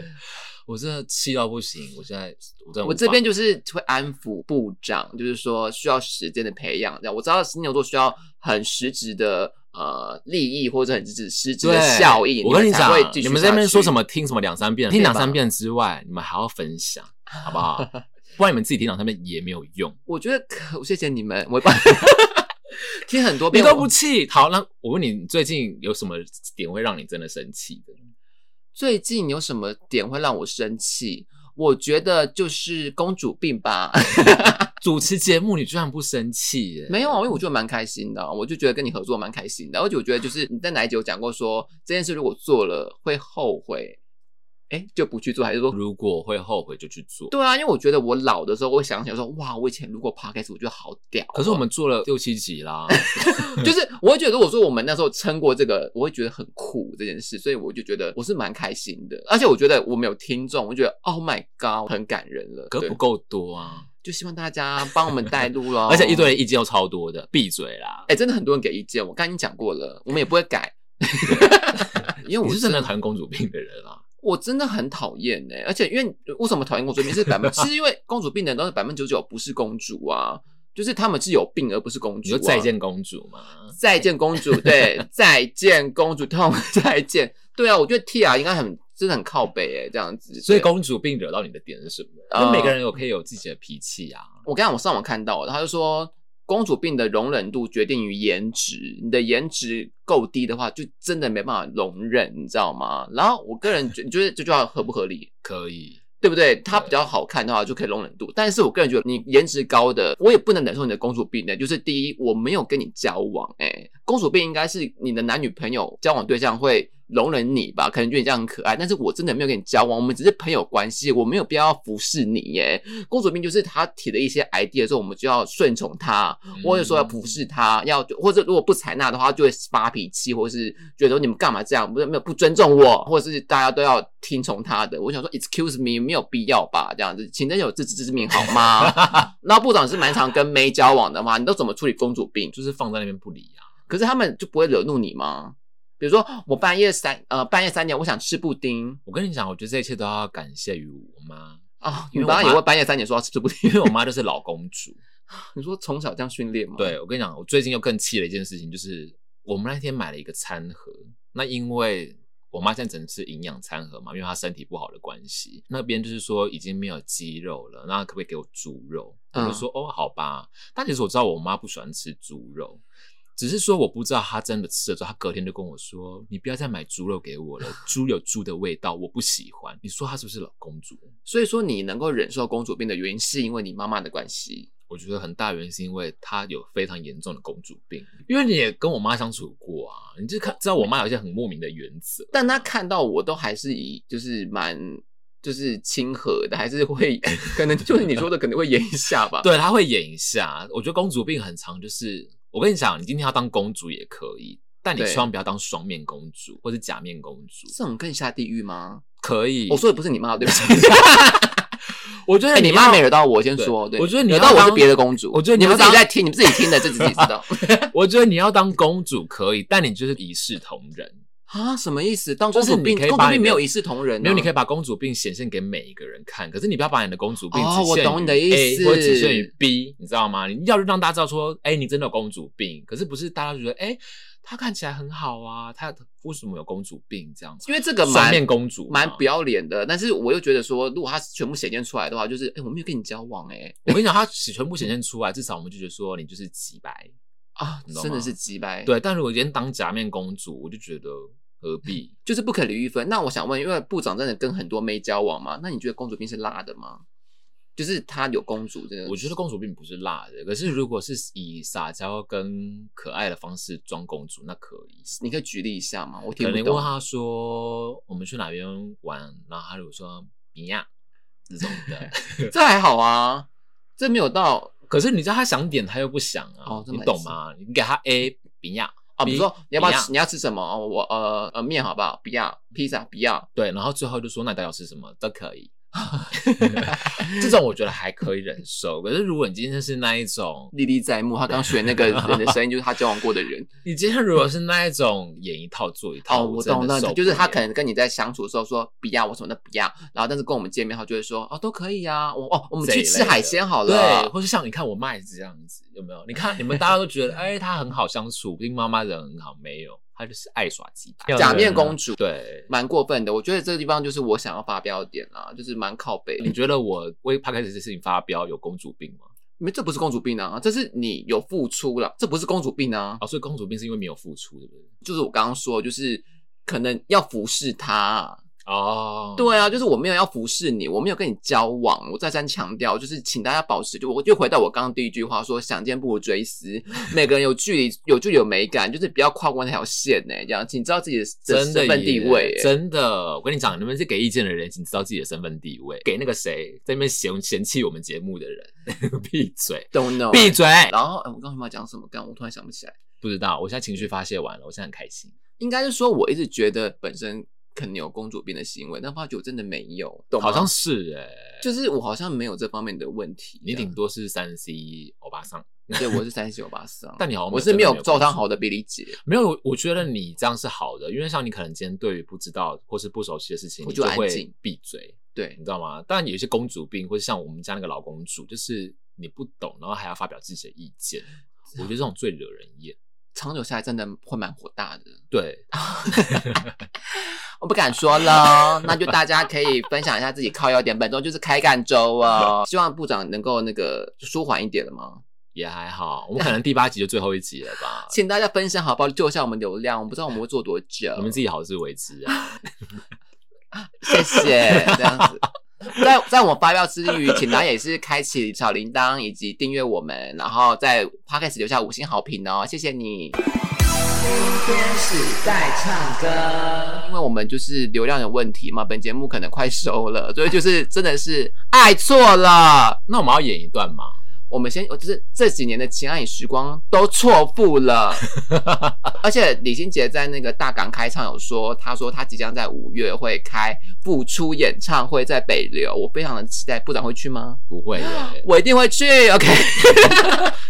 [SPEAKER 2] 我真的气到不行。我现在我真的无法
[SPEAKER 1] 我这边就是会安抚部长，就是说需要时间的培养。这样我知道金牛座需要很实质的呃利益或者很实质实质的
[SPEAKER 2] 对
[SPEAKER 1] 效益，
[SPEAKER 2] 我跟
[SPEAKER 1] 你
[SPEAKER 2] 你
[SPEAKER 1] 们才
[SPEAKER 2] 讲
[SPEAKER 1] 会，继续
[SPEAKER 2] 你们在那边
[SPEAKER 1] 下去
[SPEAKER 2] 说什么听什么两三遍，听
[SPEAKER 1] (laughs) 对
[SPEAKER 2] 两
[SPEAKER 1] 吧
[SPEAKER 2] 三遍之外，你们还要分享，好不好？
[SPEAKER 1] (laughs)
[SPEAKER 2] 不然你们自己听两三遍也没有用。
[SPEAKER 1] 我觉得可谢谢你们，我
[SPEAKER 2] (laughs)
[SPEAKER 1] 把听很多
[SPEAKER 2] 你
[SPEAKER 1] 遍
[SPEAKER 2] 都
[SPEAKER 1] 我
[SPEAKER 2] 不气，好，那我问你，你最近有什么点会让你真的生气的？
[SPEAKER 1] 最近有什么点会让我生气？我觉得就是公主病吧， (laughs)
[SPEAKER 2] 主持节目你居然不生气耶？
[SPEAKER 1] 没有啊，因为我觉得蛮开心的啊、我就觉得跟你合作蛮开心的，而且我觉得就是你在哪一集有讲过说这件事如果做了会后悔，哎，就不去做，还是说
[SPEAKER 2] 如果会后悔就去做。
[SPEAKER 1] 对啊，因为我觉得我老的时候，我想起来说，哇，我以前如果 podcast，我觉得好屌哦。
[SPEAKER 2] 可是我们做了六七集
[SPEAKER 1] (laughs)
[SPEAKER 2] 啦，
[SPEAKER 1] 就是， (laughs) 我会觉得如果说我们那时候撑过这个，我会觉得很酷这件事，所以我就觉得我是蛮开心的。而且我觉得我们有听众，我就觉得 Oh my God，很感人了。
[SPEAKER 2] 可
[SPEAKER 1] 对
[SPEAKER 2] 不够多啊，
[SPEAKER 1] 就希望大家帮我们带路喽。
[SPEAKER 2] (laughs) 而且一堆人意见又超多的，闭嘴啦！
[SPEAKER 1] 哎、真的很多人给意见，我刚刚已经讲过了，我们也不会改。 (laughs) 因为
[SPEAKER 2] 你
[SPEAKER 1] 我
[SPEAKER 2] 是真
[SPEAKER 1] 真
[SPEAKER 2] 的
[SPEAKER 1] 的，
[SPEAKER 2] 谈公主病的人啊，
[SPEAKER 1] 我真的很讨厌哎，而且因为为什么讨厌公主病是百分，
[SPEAKER 2] (laughs)
[SPEAKER 1] 是因为公主病的人都是百分之九九不是公主啊，就是他们是有病而不是公
[SPEAKER 2] 你
[SPEAKER 1] 主、啊。
[SPEAKER 2] 说再见公主嘛？
[SPEAKER 1] (laughs) 再见公主，对，再见公主，痛，再见。对啊，我觉得 Tia 应该很真的很靠北哎、这样子。
[SPEAKER 2] 所以
[SPEAKER 1] 对
[SPEAKER 2] 公主病惹到你的点是什么？
[SPEAKER 1] 嗯
[SPEAKER 2] 因为每个人有可以有自己的脾气啊。
[SPEAKER 1] 我刚刚我上网看到的，他就说公主病的容忍度决定于颜值，你的颜值够低的话，就真的没办法容忍，你知道吗？然后我个人觉你觉得这句话合不合理？
[SPEAKER 2] 可以，
[SPEAKER 1] 对不对？他比较好看的话就可以容忍度，但是我个人觉得你颜值高的，我也不能忍受你的公主病的。欸就是第一，我没有跟你交往，哎、公主病应该是你的男女朋友交往对象会容忍你吧？可能觉得你这样很可爱，但是我真的没有跟你交往，我们只是朋友关系，我没有必要服侍你耶。公主病就是他提的一些 idea 之后，我们就要顺从他，或者说
[SPEAKER 2] 嗯
[SPEAKER 1] 要服侍他，要或者如果不采纳的话，就会发脾气，或是觉得你们干嘛这样，不是没有不尊重我，或者是大家都要听从他的。我想说，excuse me，没有必要吧？这样子，请真有自知之明好吗？ (laughs) 那部长是蛮常跟妹交往的嘛，你都怎么处理公主病？
[SPEAKER 2] 就是放在那边不理啊。
[SPEAKER 1] 可是他们就不会惹怒你吗？比如说，我半夜三呃半夜三点，我想吃布丁
[SPEAKER 2] 我跟你讲，我觉得这一切都要感谢于我妈，
[SPEAKER 1] 啊，
[SPEAKER 2] 因
[SPEAKER 1] 你
[SPEAKER 2] 为我
[SPEAKER 1] 爸也
[SPEAKER 2] 妈
[SPEAKER 1] 会半夜三点说要吃布丁。 (laughs)
[SPEAKER 2] 因为我妈就是老公主。
[SPEAKER 1] 你说从小这样训练吗？，
[SPEAKER 2] 对我跟你讲，我最近又更气了一件事情，就是我们那天买了一个餐盒，那因为我妈现在只能吃营养餐盒嘛，因为她身体不好的关系，那边就是说已经没有鸡肉了，那可不可以给我猪肉？我就
[SPEAKER 1] 嗯
[SPEAKER 2] 说、哦，好吧。但其实我知道我妈不喜欢吃猪肉。只是说我不知道她真的吃了之后，她隔天就跟我说：“你不要再买猪肉给我了，猪有猪的味道，我不喜欢。”你说她是不是老公主？
[SPEAKER 1] 所以说你能够忍受公主病的原因，是因为你妈妈的关系。
[SPEAKER 2] 我觉得很大原因是因为她有非常严重的公主病，因为你也跟我妈相处过啊，你就看知道我妈有一些很莫名的原则，
[SPEAKER 1] 但他看到我都还是以就是蛮就是亲和的，还是会可能就是你说的可能会演一下吧。，
[SPEAKER 2] (laughs) 对，她会演一下。我觉得公主病很长，就是我跟你讲，你今天要当公主也可以，但你
[SPEAKER 1] 对
[SPEAKER 2] 千万不要当双面公主或是假面公主，
[SPEAKER 1] 这种更下地狱吗？
[SPEAKER 2] 可以。
[SPEAKER 1] 我说的不是你妈，对
[SPEAKER 2] (laughs)
[SPEAKER 1] 不起。
[SPEAKER 2] 我觉得
[SPEAKER 1] 哎，你妈
[SPEAKER 2] 要
[SPEAKER 1] 没惹到我，先说。
[SPEAKER 2] 对
[SPEAKER 1] 对，
[SPEAKER 2] 我觉得你
[SPEAKER 1] 惹
[SPEAKER 2] 要
[SPEAKER 1] 到我是
[SPEAKER 2] 当
[SPEAKER 1] 别的公主。
[SPEAKER 2] 我觉得你
[SPEAKER 1] 你们
[SPEAKER 2] 要
[SPEAKER 1] 自己
[SPEAKER 2] 当
[SPEAKER 1] 在听，你们自己听的，自己自己知
[SPEAKER 2] (laughs)
[SPEAKER 1] 道
[SPEAKER 2] 我觉得你要当公主可以，但你就是一视同仁。
[SPEAKER 1] 啊？什么意思？当
[SPEAKER 2] 就
[SPEAKER 1] 公
[SPEAKER 2] 是
[SPEAKER 1] 主
[SPEAKER 2] 你
[SPEAKER 1] 病，
[SPEAKER 2] 可以
[SPEAKER 1] 公
[SPEAKER 2] 把
[SPEAKER 1] 主
[SPEAKER 2] 你
[SPEAKER 1] 病
[SPEAKER 2] 的
[SPEAKER 1] 没有一视同仁啊，
[SPEAKER 2] 没有，你可以把公主病显现给每一个人看，可是你不要把你的公主病
[SPEAKER 1] 哦
[SPEAKER 2] 只限于
[SPEAKER 1] 我懂你的意
[SPEAKER 2] A
[SPEAKER 1] 思
[SPEAKER 2] 或者只限于 B，你知道吗？你要让大家知道说，哎、你真的有公主病，可是不是大家觉得，哎、她看起来很好啊，她为什么有公主病这样子？
[SPEAKER 1] 因为这个
[SPEAKER 2] 双
[SPEAKER 1] 蛮
[SPEAKER 2] 面啊公主嘛
[SPEAKER 1] 蛮不。要脸的。但是我又觉得说，如果他全部显现出来的话，就是哎，我没有跟你交往哎
[SPEAKER 2] 我跟你讲，她全部显现出来，至少我们就觉得说你就是几白。
[SPEAKER 1] 啊
[SPEAKER 2] 你懂，吗
[SPEAKER 1] 真的是鸡掰。
[SPEAKER 2] 对，但如果今天当假面公主，我就觉得何必？
[SPEAKER 1] 就是不可理喻分。那我想问，因为部长真的跟很多妹交往嘛，那你觉得公主病是辣的吗？就是她有公主这个，
[SPEAKER 2] 我觉得公主病不是辣的，可是如果是以撒娇跟可爱的方式装公主，那可以。
[SPEAKER 1] 你可以举例一下吗？我听
[SPEAKER 2] 可
[SPEAKER 1] 不
[SPEAKER 2] 能
[SPEAKER 1] 懂
[SPEAKER 2] 问。他说我们去哪边玩，然后他如果说米亚这种的，
[SPEAKER 1] 这还好啊，这没有到
[SPEAKER 2] 可是你知道他想点他又不想啊，
[SPEAKER 1] 哦这
[SPEAKER 2] 你
[SPEAKER 1] 么
[SPEAKER 2] 懂吗？你给他 A 米亚
[SPEAKER 1] 啊，比如说你要不要
[SPEAKER 2] 比亚
[SPEAKER 1] 吃你要吃什么？哦我呃呃面好不好？不要披萨不要。
[SPEAKER 2] 对，然后最后就说那你到底要吃什么都可以，
[SPEAKER 1] (laughs)
[SPEAKER 2] 这种我觉得还可以忍受。 (laughs) 可是如果你今天是那一种，
[SPEAKER 1] 历历在目，他刚选 (laughs) 那个人的声音就是他交往过的人
[SPEAKER 2] 你今天如果是那一种演一套做一套，
[SPEAKER 1] 哦，我
[SPEAKER 2] 真的
[SPEAKER 1] 懂那
[SPEAKER 2] 受不
[SPEAKER 1] 就是他
[SPEAKER 2] 了
[SPEAKER 1] 可能跟你在相处的时候说不要，我什么都不要，然后但是跟我们见面，他就会说哦都可以啊，我哦我们
[SPEAKER 2] 这一
[SPEAKER 1] 去
[SPEAKER 2] 类
[SPEAKER 1] 吃
[SPEAKER 2] 的
[SPEAKER 1] 海鲜好了，啊
[SPEAKER 2] 对，或是像你看我妈也是这样子，有没有？你看你们大家都觉得，哎、她很好相处，跟妈妈人很好，没有，她就是爱耍鸡巴，
[SPEAKER 1] (laughs) 假面公主
[SPEAKER 2] 对。
[SPEAKER 1] 蛮过分的。我觉得这个地方就是我想要发飙的点啦，就是蛮靠北。
[SPEAKER 2] 你觉得我为他开始这事情发飙有公主病吗？
[SPEAKER 1] 没，这不是公主病啊，这是你有付出了，这不是公主病啊。
[SPEAKER 2] 哦，所以公主病是因为没有付出，对不对？
[SPEAKER 1] 就是我刚刚说，就是可能要服侍他。
[SPEAKER 2] 哦，
[SPEAKER 1] 对啊，就是我没有要服侍你，我没有跟你交往。我再三强调，就是请大家保持，就我就回到我刚刚第一句话说，想见不如追思。每个人有距离，有距离有美感，就是不要跨过那条线呢、这样，请知道自己的
[SPEAKER 2] 真的
[SPEAKER 1] 身份
[SPEAKER 2] 耶
[SPEAKER 1] 地位、欸。
[SPEAKER 2] 真的，我跟你讲，你们是给意见的人，请知道自己的身份地位。给那个谁在那边嫌嫌弃我们节目的人， (laughs) 闭嘴，
[SPEAKER 1] don't know。
[SPEAKER 2] 闭嘴！
[SPEAKER 1] 然后，哎我刚刚要讲什么？刚我突然想不起来。
[SPEAKER 2] 不知道，我现在情绪发泄完了，我现在很开心。
[SPEAKER 1] 应该是说，我一直觉得本身可能有公主病的行为，但发觉我真的没有，懂吗
[SPEAKER 2] 好像是哎、
[SPEAKER 1] 就是我好像没有这方面的问题。
[SPEAKER 2] 你顶
[SPEAKER 1] 顶
[SPEAKER 2] 多是三 C 欧巴桑，
[SPEAKER 1] 对我是三十九八三，
[SPEAKER 2] (laughs) 但你好像
[SPEAKER 1] 我是没有
[SPEAKER 2] 照
[SPEAKER 1] 照
[SPEAKER 2] 他
[SPEAKER 1] 当好的比例姐，
[SPEAKER 2] 没有，我觉得你这样是好的，因为像你可能今天对于不知道或是不熟悉的事情，
[SPEAKER 1] 我
[SPEAKER 2] 你
[SPEAKER 1] 就
[SPEAKER 2] 就
[SPEAKER 1] 安
[SPEAKER 2] 会
[SPEAKER 1] 静
[SPEAKER 2] 闭嘴，
[SPEAKER 1] 对
[SPEAKER 2] 你知道吗？但有一些公主病，或是像我们家那个
[SPEAKER 1] (laughs)
[SPEAKER 2] 老公主，就是你不懂，然后还要发表自己的意见，我觉得这种最惹人厌。
[SPEAKER 1] 长久下来真的会蛮火大的。
[SPEAKER 2] 对，
[SPEAKER 1] 我不敢说
[SPEAKER 2] (laughs)
[SPEAKER 1] 了，那就大家可以分享一下自己靠优点。本周就是开干周哦，希望部长能够那个舒缓一点了吗？
[SPEAKER 2] 也还好。我们可能第八集就最后一集了
[SPEAKER 1] (laughs)，
[SPEAKER 2] 吧
[SPEAKER 1] 请大家分享好不好？救一下我们流量，我们不知道我们会做多久。
[SPEAKER 2] 我们自己好自为之啊。
[SPEAKER 1] 谢谢，这样 (laughs) 子。在在我发飙之余，请大家也是开启小铃铛以及订阅我们，然后在 podcast 留下五星好评哦，谢谢你。今天是在唱歌，因为我们就是流量有问题嘛，本节目可能快收了，所以就是真的是爱错了。
[SPEAKER 2] 那我们要演一段吗？
[SPEAKER 1] 我们先，我就是这几年的情爱与时光都错付 (laughs) 了，而且李心洁在那个大港开唱有说，她说她即将在五月会开复出演唱会在北流，我非常的期待，部长会去吗？
[SPEAKER 2] 不会
[SPEAKER 1] (laughs)
[SPEAKER 2] 耶，
[SPEAKER 1] 我一定会去，OK。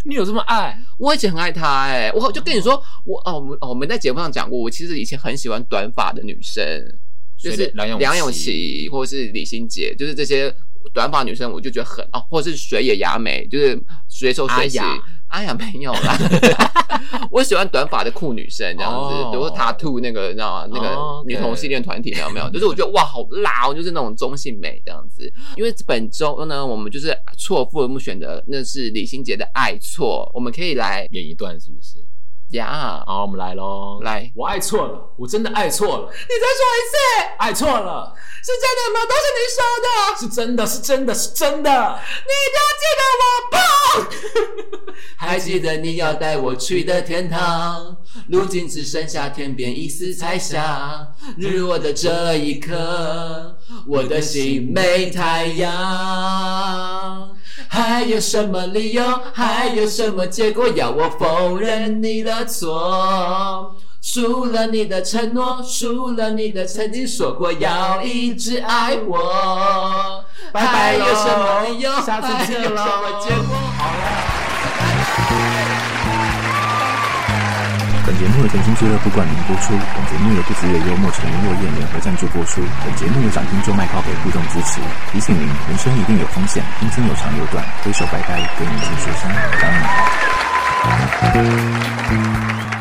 [SPEAKER 2] 你有这么爱？
[SPEAKER 1] 我以前很爱她、欸，哎，我就跟你说，我哦，我们哦我们在节目上讲过，我其实以前很喜欢短发的女生，就是
[SPEAKER 2] 所以梁咏
[SPEAKER 1] 梁咏
[SPEAKER 2] 琪
[SPEAKER 1] 琪或者是李心洁，就是这些短发女生，我就觉得很哦，或者是水野雅美，就是水手水喜
[SPEAKER 2] 阿雅，
[SPEAKER 1] 阿雅没有啦， (laughs) 我喜欢短发的酷女生这样子，
[SPEAKER 2] 哦
[SPEAKER 1] 比如塔兔那个，你知道吗？那
[SPEAKER 2] 哦
[SPEAKER 1] 个
[SPEAKER 2] ，OK
[SPEAKER 1] 女同性恋团体，你知道没有？ (laughs) 就是我觉得哇，好辣哦，就是那种中性美这样子。因为本周呢，我们就是错父母选的，那是李心洁的《爱错》，我们可以来
[SPEAKER 2] 演一段是不是？
[SPEAKER 1] 呀，
[SPEAKER 2] 好，我们来喽。
[SPEAKER 1] 来
[SPEAKER 2] 我爱错了，我真的爱错了，
[SPEAKER 1] 你再说一次，
[SPEAKER 2] 爱错了，
[SPEAKER 1] 是真的吗？都是你说的，
[SPEAKER 2] 是真的，是真的，是真的。
[SPEAKER 1] 你都记得我吧？还记得你要带我去的天堂，如今只剩下天边一丝彩霞。日落的这一刻，我的心没太阳。还有什么理由？还有什么结果要我否认你的错？除了你的承诺，除了你的曾经说过要一直爱我，
[SPEAKER 2] 拜
[SPEAKER 1] 还
[SPEAKER 2] 拜
[SPEAKER 1] 有
[SPEAKER 2] 喽
[SPEAKER 1] 什么理由？
[SPEAKER 2] 下次见
[SPEAKER 1] 还有
[SPEAKER 2] 喽
[SPEAKER 1] 什么结果？好了。
[SPEAKER 3] 本节目由甜心俱乐部冠名播出，本节目由不只有幽默陈林落叶联合赞助播出，本节目由掌听就卖靠北互动支持。提醒您，人生一定有风险，人生有长有短，挥手拜拜，跟你说说声，当你好。